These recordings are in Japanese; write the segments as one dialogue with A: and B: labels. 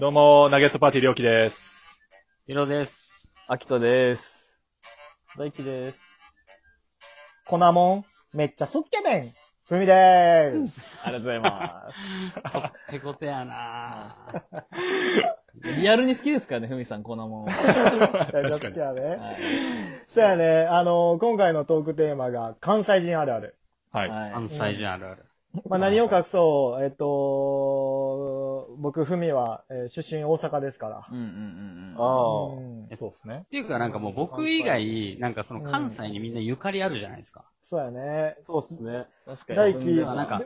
A: どうも、ナゲットパーティーりょうきです。
B: ヒロです。
C: アキトです。大輝です。
D: 粉もん、めっちゃ好きやねん。ふみでーす。
C: ありがとうございます。
B: こってことやな
C: リアルに好きですからね、ふみさん、こんなもん。
D: めっちゃ好きやね。
C: は。
D: そうやね、あのー今回のトークテーマが関西人あるある。
A: はいい。
C: は
B: 関西人あるある。
D: まあ、何を隠そう、えっと、僕、ふみは、えー出身大阪ですから。
C: い。うんうんうんうん。
A: あー
D: うん
A: そうですね
B: っ。ていうかなんかもう僕以外、なんかその関西にみんなゆかりあるじゃないですか。
D: そうやね。
C: そうっすね。確かに。
D: 大
B: で
D: 輝
B: はなんか、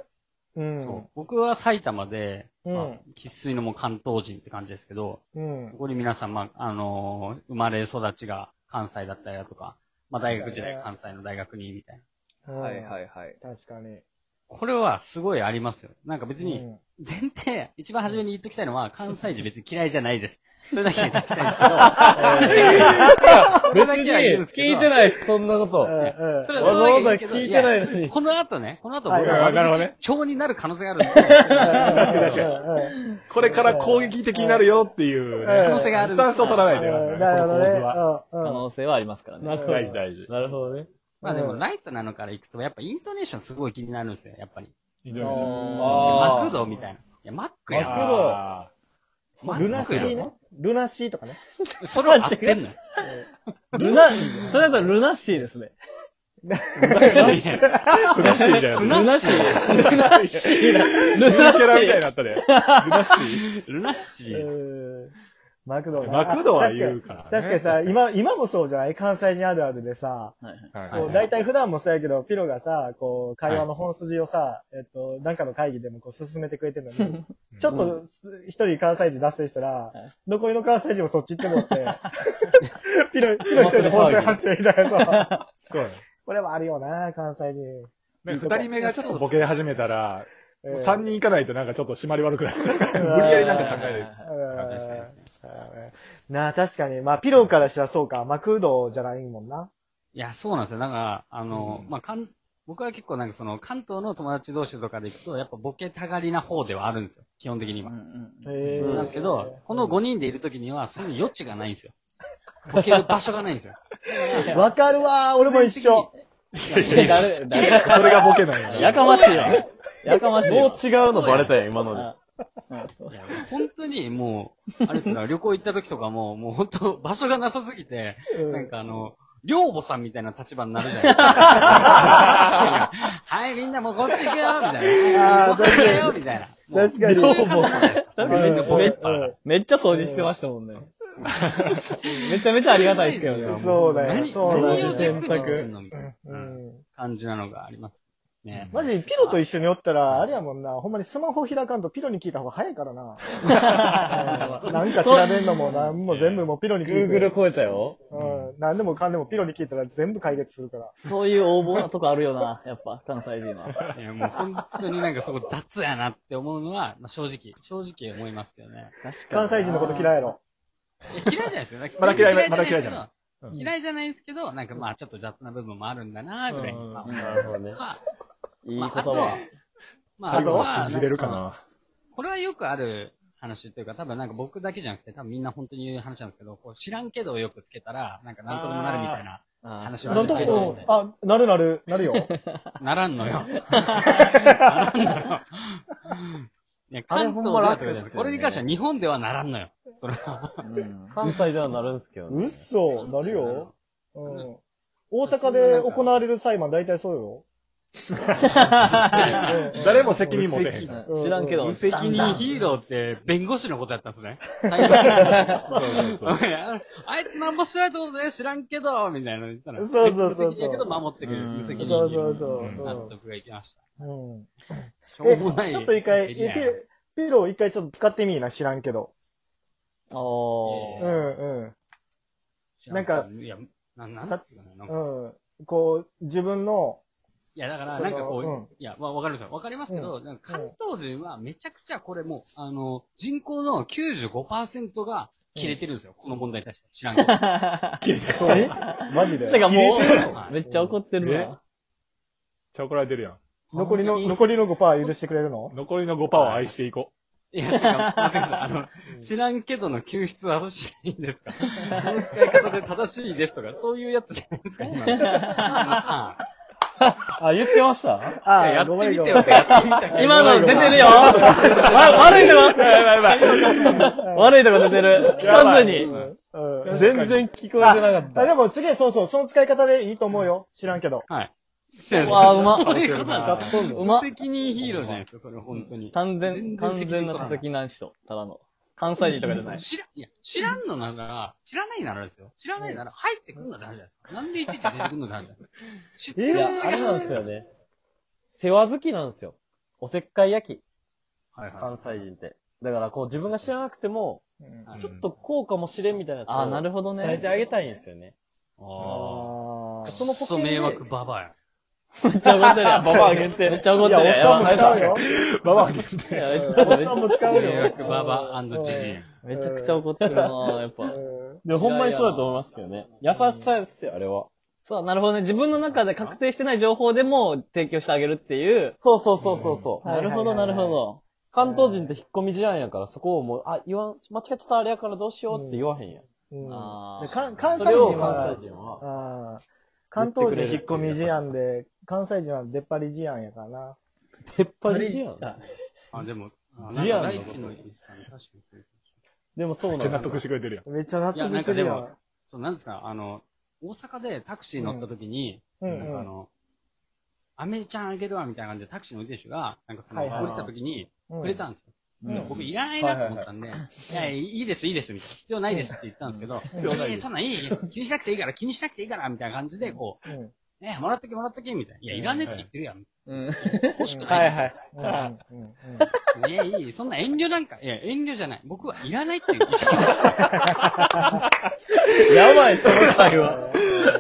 D: うん。
B: そう。僕は埼玉で、
D: う
B: まあ
D: ん。
B: 生粋のもう関東人って感じですけど、
D: うん。
B: こ。こに皆さん、まあ、あのー生まれ育ちが関西だったりだとか、まあ、大学時代関西の大学に、みたいな。
C: はいはいいはい。
D: 確かに。
B: これはすごいありますよ。なんか別
D: う
B: に、
D: ん
B: 前提、一番初めに言っときたい のは、関西人別に嫌いじゃないです。それだけ言っときたいんですけど、それだけは言うんですけ
C: 聞
B: ど
C: いてないです、そんなこと。
D: うんうん
B: それ
C: わざわざ聞いてないのに。
B: この後ね、この後僕
D: はい
B: が
D: はい
A: なるほどね
B: 蝶になる可能性があるんで、
D: 確
A: かに確かに
D: に。
A: これから攻撃的になるよっていう、ね、
D: 可能
B: 性がある
A: スタンスを取らないで
D: うんなるほどね。うん
C: 可
D: うん
C: 能性はありますからね。
D: なるほど
A: 大事大事。
C: なるほどね。
B: まあでもライトなのから行くと、やっぱイントネーションすごい気になるんですよ、やっぱり。
A: インドネシア
C: あー
B: マクドみたいな。いや、マックや
C: マ
B: な
C: クド
A: あ
D: ルナシー
B: マッ
D: ね。ルナシーとかね。
B: クやろそれは合ってんのよ。
C: ルナ、それだったらルナシーですね。
A: ールナシーみたいな。
B: ルナシー。
C: ルナシーだ。ルナ
A: ル
C: シ
A: ナシラみたいに
C: ー。
A: なったで。ルナシー
B: ルナシー。
D: うんマクドな
A: マクドは言うからね
D: 確かに確かにさ、今、今もそうじゃない関西人あるあるでさ、
A: はい
D: こう
A: は
D: 大
A: い
D: 体普段もそうやけど、ピロがさ、こう、会話の本筋をさ、えっと、なんかの会議でもこう進めてくれてるのに、ちょっと一人関西人脱線したら
C: い、
D: どこいの関西人もそっち行ってもって、 ピロ、ピロ一人で本当に発生みたいなさ、
A: そうね
D: これはあるよな、関西人。
A: ね二人目がちょっとボケ始めたら、
D: えー
A: 三人行かないとなんかちょっと締まり悪くなる。無理やりなんか考えない。
D: うん
B: 確かに
D: なあ、確かに。まあ、ピローからしたらそうか。マクドじゃないもんな。
B: いや、そうなんですよ。だから、あの、
A: うん
B: まあ、かん、僕は結構なんかその関東の友達同士とかで行くと、やっぱボケたがりな方ではあるんですよ。基本的には。
D: へ
C: うん
B: なんですけど、この5人でいるときには、その余地がないんですよ。ボケる場所がないんですよ。
D: わかるわ俺も一緒。
C: 誰、誰
A: それがボケないよね
C: やかましいわ。やかましい。もう違う
B: のバレた
C: よ、今の
B: いや本当にもう、あれですよ、旅行行ったときとかも、もう本当、場所がなさすぎて、
D: うん
B: なんかあの、寮母さんみたいな立場になるじゃないで すか。はい、みんなもうこっち行くよみたいな。
D: あ
B: こ
D: ー
B: っち行くよみたいな。もう
D: 確かに
B: そういう感じなんですよ
C: 確かに
B: みんなボケっぱ
D: うん
C: めっちゃ掃除してましたもんね。めちゃめちゃありがたいですけどね。
D: そ うだよ。
B: 何、
D: そうだ
B: 何
D: よ
B: をチェックに
C: 全
B: して
C: く
B: んのみたいな
D: うん。
B: 感じなのがあります。ね。
D: マジ、ピロと一緒におったら、あれやもんな。ほんまにスマホ開かんとピロに聞いた方が早いからな。うんなんか調べんのも、なんも全部もうピロに聞いて。
C: 超えたよ。
D: うん。なんでもかんでもピロに聞いたら全部解決するから。
C: そういう横暴なとこあるよな、やっぱ、関西人は。
B: いや、もう本当になんかそこ雑やなって思うのは、まあ、正直、正直思いますけどね。
C: 確
D: 関西人のこと嫌いやろ。
B: いや嫌いじゃないですよ。なんか
A: まだ嫌いな
B: 全然
A: ま
B: ですけど
A: だ嫌いじゃないうん
B: 嫌いじゃないんですけど、なんかまあちょっと雑な部分もあるんだな、ぐらい。
A: うん
B: ま
C: なるほどね
B: あ、か
C: いい
B: ま
C: 言
B: ああと
C: 葉。
B: ま
A: 最後
B: あと
A: は信じれるか
B: ん
A: な。
B: これはよくある話というか、多分なんか僕だけじゃなくて、多分みんな本当に言う話なんですけど、こう知らんけどをよくつけたら、なんかなんとでもなるみたいな。話は
D: なんとこ、うんあ、なるなる、なるよ。
B: ならんの よ。ならんのよ。い
D: あれ
B: や、関
D: ほん
B: 東で
D: ま
B: は
D: 楽
B: ってことじゃない
C: ですよね
B: これに関しては日本ではならんのよ。それは。
C: 関西ではなるんですけど
D: う っそ、なるよ。うん。大阪
B: な
D: で
B: んか
D: 行われる裁判大体そうよ。
A: 誰も責任持てへんから。
D: うん
C: 知らんけど。
B: 無責任ヒーローって弁護士のことやったんで すね。
A: そうそうそう
B: おいああいつなんぼしてないと思うぜ、知らんけど、みたいなの言ったら。
D: そうそうそうそう
B: 無責任やけど守ってくれる。
C: うん
B: 無責任
D: そうそうそう。
B: 納得がいきました。
D: うんうん
B: しょ
D: え、
B: うもない。
D: ちょっと一回、え
B: エリアや
D: ピピロー一回ちょっと使ってみいな、知らんけど。
C: お
D: う
C: ー。
D: んう
B: 知ら
D: なん、
B: いや、ななんですかね。なんか
D: ん。うん。こう、自分の、
B: いや、だから、
D: そ
B: な
D: の
B: んかこう、
D: うん
B: いや、まあ、わかりますよ。わかりますけど、なんか関東人はめちゃくちゃこれもう、あの、人口の95%が切れてるんですよ。この問題に対して。知らんけど。
D: えマジで
C: てかも、
B: はいう
C: めっちゃ怒ってる
A: え
C: な。
A: ちゃ怒られてるやん。
D: 残りの、残りの5%許してくれるの
A: 残りの5%を愛していこ
B: いや、てか待ってください。あの、知らんけどの救出は正しいん ですかこの使い方で正しいですとか、そういうやつじゃないですか、今。 あ
C: あ、言ってました
D: あ
B: あ
D: あ、
B: やっ
D: ごめ
B: て
D: ん
B: み
D: ごめ
B: て
D: ん
B: よって、やってみたけど
C: 今の出 てるよわ悪いとこ 悪いとこ出てる。完全に。
D: うん
C: 全然聞こえてなかっ
D: あ、
C: た。
D: でもすげえ、そうそう、その使い方でいいと思うよ。知らんけど。
B: はい。
C: わあ、うま。
B: そういうことなんです
C: っうま
B: 無。責任ヒーローじゃないですか、それ、本当に。
C: 完全、
B: 全然
C: 完全な他責な人。ただの。関西人とかじゃない。
B: 知ら、いや、知らんのなら、知らないならですよ。知らないなら、入ってくんのって話じゃないですか。なんでいちいち出てくんのって話じゃないですか。知っ
C: い
B: てる
C: や
B: やつ、
C: あ
B: だけ
C: れなん
B: 話
C: ですすよね。世話好きなんですよ。おせっかい焼き。
B: はいはい。
C: 関西人って。だからこう自分が知らなくても、
D: うん
B: はい
C: ちょっとこうかもしれんみたいなやつを
E: あーなるほどね
C: 伝えてあげたいんですよね。
B: あ
D: あ
B: あ。
D: ー
B: そのポケ迷惑ババアや。
C: めっちゃ怒ってる やん。ババア言って。めっちゃ怒っ
D: い
C: て
D: や、お
C: る
D: っさんも使うよ。
A: ババア限定。
D: おっさんも使う
B: 迷
D: よ
B: 惑。ババアジジイ。
C: めちゃくちゃ怒ってるなぁ、やっぱ。
D: うん
E: でもほんまにそうだと思いますけどね。優しさですよ、あれは。
C: そう、なるほどね。自分の中で確定してない情報でも提供してあげるっていう。
E: そうそうそうそうそう。
D: はい
C: なるほど、なるほど。
E: 関東人って引っ込み思案やから、そこをもう、あ、言わん、間違ってたあれやからどうしようっつって言わへんやん。
D: うん
C: あ
D: で
C: ー
D: かん関
E: そ
D: 西
E: れを
D: 人
E: 関
D: は
E: 西、人は。
D: あー関東人引っ込み事案で、関西人は出っ張り事案やからな。
E: 出っ張り思案。
C: あ
B: あ、でも、あ
E: ジアンの
B: なんか大輝の一さん確かにそういう
E: でもそう
A: め
E: な
A: っ
E: ん
A: ちゃ納
E: だ。
A: 得してくれてるやん。
D: めっちゃ納
B: いや
D: 得
B: なん
D: し
B: か
D: てるや
B: でも
D: ん。
B: そう、なんですか、あの、大阪でタクシー乗った時に、
D: うん
B: なんかあの、アメちゃんあげるわみたいな感じでタクシーの運転手が、なんかその、
D: はいはい
B: 降りた時に
D: うん。
B: くれたんですよ。
D: うん
B: でも僕いらないなと思ったんで、いや、いいです、いいです、みたいな。必要ないですって言ったんですけど、
A: 必要ない
B: い
A: で
B: や
A: す
B: そんなんいい、気にしなくていいから、気にしなくていいから、みたいな感じで、こ
D: うん。
B: う、ね、もらっときもらっとき、みたいな。いや、いらねえって言ってるやん。
C: うん。
B: 欲しく
C: は
B: ないい。
C: はい。
D: うんうんうん
B: いや、いい、そんな遠慮なんか、いや、遠慮じゃない。僕はいらないって言って
C: やばい、その会話。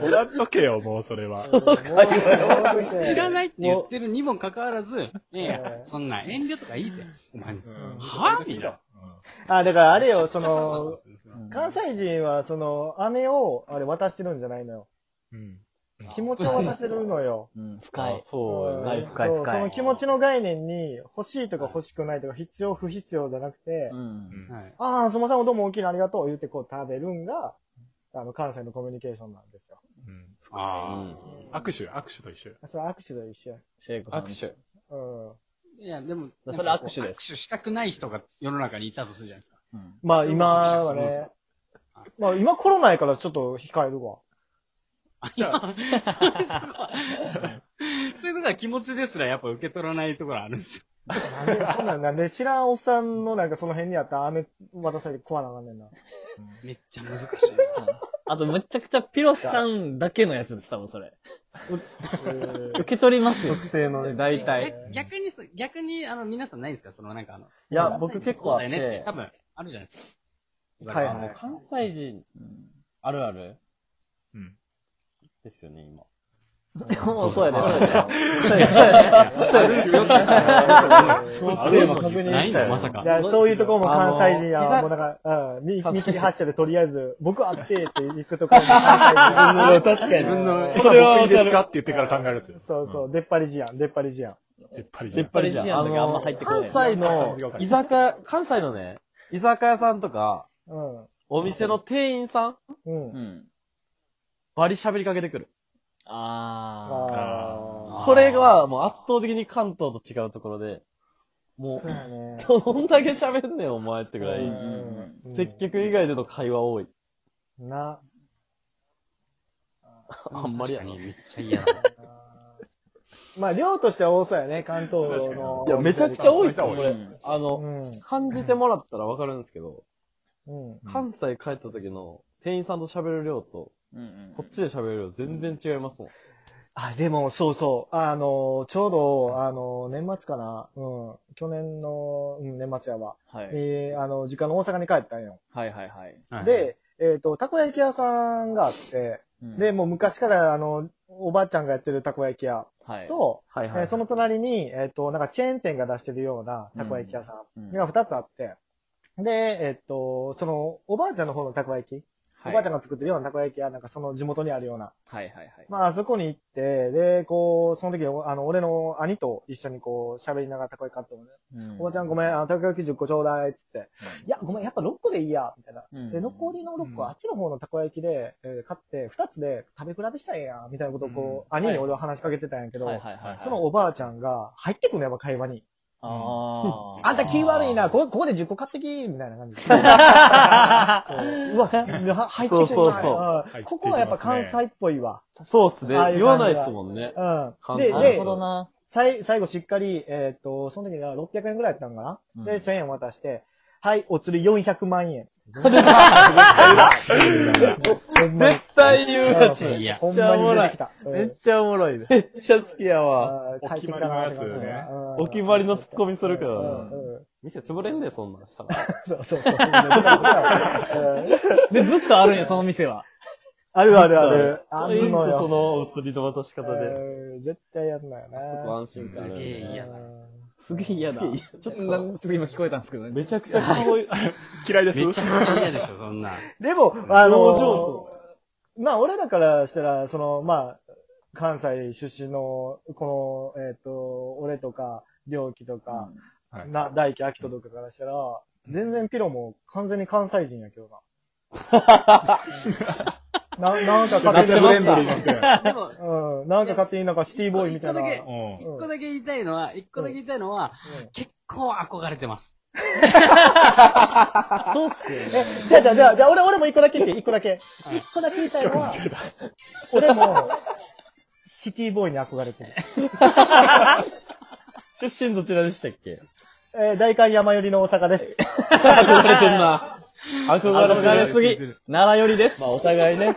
A: おらんとけよ、もうそれは。
B: いらないって言ってるにもかかわらず、いやいや
D: う、ん
B: そんな遠慮とかいいで。お前、
A: ん
B: はぁみたいな。
D: あ、だからあれよ、そ
B: うん
D: の、、関西人は、その、飴を、あれ、渡してるんじゃないのよ。
A: うん。
D: 気持ちを渡してるのよ。
E: うん、
C: 深い
E: あそうよ
D: うん
E: ね。
C: 深い
D: そう
C: 深い
D: その気持ちの概念に、欲しいとか欲しくないとか、必要不必要じゃなくて、
E: うん。
B: はい。
D: ああ、すみません、どうも大きなありがとう、言ってこう食べるんが、あの、関西のコミュニケーションなんですよ。
A: うん
B: あ
A: 握手、握手と一緒や。
D: それ握手と一緒や。
C: シェイク
E: 握手。
D: うん。
B: あ。いや、でも、
C: それ握手です
B: 握手したくない人が世の中にいたとするじゃないですか。
D: まあ、今は
B: そうです
D: ね
B: ね、
D: まあ、今コロナやからちょっと控えるわ。
B: そういうことは気持ちですらやっぱ受け取らないところあるんですよ。
D: なんで、そんなんなんで知らんおっさんのなんかその辺にあった飴渡されて食わなあかんねんな。
B: めっちゃ難しい。
C: あと、めちゃくちゃピロスさんだけのやつです、多分それ。受け取りますよ。特定のね、大体。
B: 逆逆にそう、逆に、あの、皆さんないですかその、なんかあの、
E: いや、僕結構あっ
B: そうだよね
E: て、
B: 多分、あるじゃないですか。
D: はい
E: あ
D: は
E: の
D: い
E: 関西人、あるある
A: うん。
E: ですよね、今。
C: もうそうやね、そうやね。
A: あ
E: れ
A: る
E: 今
A: の
E: 確認
B: ない
E: した
B: の
E: よ
B: まさ か
D: い。や、そういうところも関西人
E: あの
D: は、
E: ー
D: もうなんか、うん、見見切り発車でとりあえず、僕あってって行くところも関西人。確かに。
B: 自分の
A: それは僕いいですかって言ってから考えるやつよ。
D: そうそう、出っ張り事案、出っ張り事案。
A: やっぱりじ
E: 出
A: ゃ
E: っ
A: ん。
E: 張りじゃん。
C: や
E: あ
C: っぱりじゃんあんま
E: の
C: 入って、こ
E: 関
C: ない
E: 西の居酒屋、関西のね、居酒屋さんとか、
D: うん。
E: お店の店員さん、
D: うん。
C: ん。
E: バリ喋りかけてくる。
C: あー。
D: あ
B: あー
E: これがもう圧倒的に関東と違うところで、
D: あ。
E: も
D: そうやね。
E: う、どんだけ喋んねん、お前ってぐら
D: う
E: い。
D: ん
E: 接客以外での会話多い。
D: な。
E: あんまりやな。
B: 確かに
E: い
B: めっちゃ嫌だ。
D: まあ、量としては多そうやね、関東の。
E: や、めちゃくちゃ多いっすよ、
A: 多い
E: これ。あ
D: う
E: の、
D: ん。
E: 感じてもらったらわかるんですけど、
D: うん。
A: うん
E: 関西帰った時の店員さんと喋る量と、こっちで喋る量全然違いますもん。
D: あ、でも、そうそう。あの、ちょうど、あの、年末かな。うん。去年の、うん、年末やわ。
C: はい。
D: えーあの、実家の大阪に帰ったんよ。
C: はいはいはい。
B: はい、
D: で、えっ、と、たこ焼き屋さんがあって、で、、もう昔から、あの、おばあちゃんがやってるたこ焼き屋
C: はい。
D: と、
E: はい
D: えーその隣に、えっ、と、なんかチェーン店が出してるようなたこ焼き屋さ
C: うん
D: んが2つあって、で、えっ、と、その、おばあちゃんの方のたこ焼きおばあちゃんが作ってるようなたこ焼き屋、なんかその地元にあるような。
C: はいはいはい。
D: まあ、あそこに行って、で、こう、その時、あの、俺の兄と一緒にこう、喋りながらたこ焼き買ってもね、おばちゃんごめん、あのたこ焼き10個ちょうだい、つって、いや、ごめん、やっぱ6個でいいや、みたいな。
C: うん
D: で、残りの6個、
B: うん
D: あっちの方のたこ焼きで、えー買って、2つで食べ比べしたらええやん、みたいなことをこう、兄に俺は話しかけてたんやけど、
C: はいはいはいはい。
D: その、おばあちゃんが入ってくんのやっぱ会話に。
C: あー
D: あんた気悪いな、ここここで10個買ってき、みたいな 感じで。そううわ、は入ってきてる
E: そうそう
D: な
E: そう
A: 入ってきますね
D: んここはやっぱ関西っぽいわ。
E: そうっすね
D: ああい。う感じ
E: 言わないっすもんね。
D: うん。
E: 関
D: で、
E: 西
C: なる
D: で
C: ほ、どな。
D: さい最後しっかり、えーっと、その時が600円ぐらいやったのかな、
C: うん
D: で、1000円渡して、はい、お釣り400万円。
E: 絶対言うやつ。
B: いや
D: ほんまに出てきた。
E: めっちゃおもろいね。めっちゃ好きやわ。
D: お
A: お決まりのやつね
E: お決まりのツッコミするか
D: う
E: ら。
D: んうん
E: 店潰れんで、そんなんしたら。
D: そうそうそう。う ん
C: で、ずっとあるんや、その店は。
D: あるあるある。あ
E: そ
D: る
E: れいい
D: の
E: と
D: よ
E: そのお釣りの渡し方で。
D: うん絶対やんなよね。
E: すごい安心感あ
B: すげえ
E: る。
B: 嫌だ
D: うん
C: すげえ嫌だ。ちょっと、なちょっと今聞こえたんですけどね。
E: めちゃくちゃかわいい。
A: 嫌いです。
B: めちゃくちゃ嫌でしょ、そんな。
D: でも、あ
E: 表情
D: の
E: と、
D: まあ、俺らからしたら、その、まあ、関西出身の、この、えっ、と、俺とか、良樹とか、
A: はい
D: な、大輝、秋人とかからしたら、全然ピロも完全に関西人やけど な。ななんか
A: ちょっとめっ
D: 勝
A: ちゃ
D: 手に
A: フレンドリーになって。
B: でも、
D: うん、なんか勝手になんかシティボーイみたいな。
B: 一個だ
A: う
B: け
A: ん
B: 一個だけ言いたいのは、一個だけ言いたいのは、
D: うん
B: 結構憧れてます。
C: そうっすよね。
D: え、じゃあじゃあじゃあじゃあ俺、俺も一個だけ言って、一個だけ。一個だけ言いたいのは、俺も、シティボーイに憧れてる。
E: 出身どちらでしたっけ
D: えー、大観山寄りの大阪です。
C: 憧れてるな。
E: 憧れてる
C: ぎ。奈良寄りです。まあ、お互いね。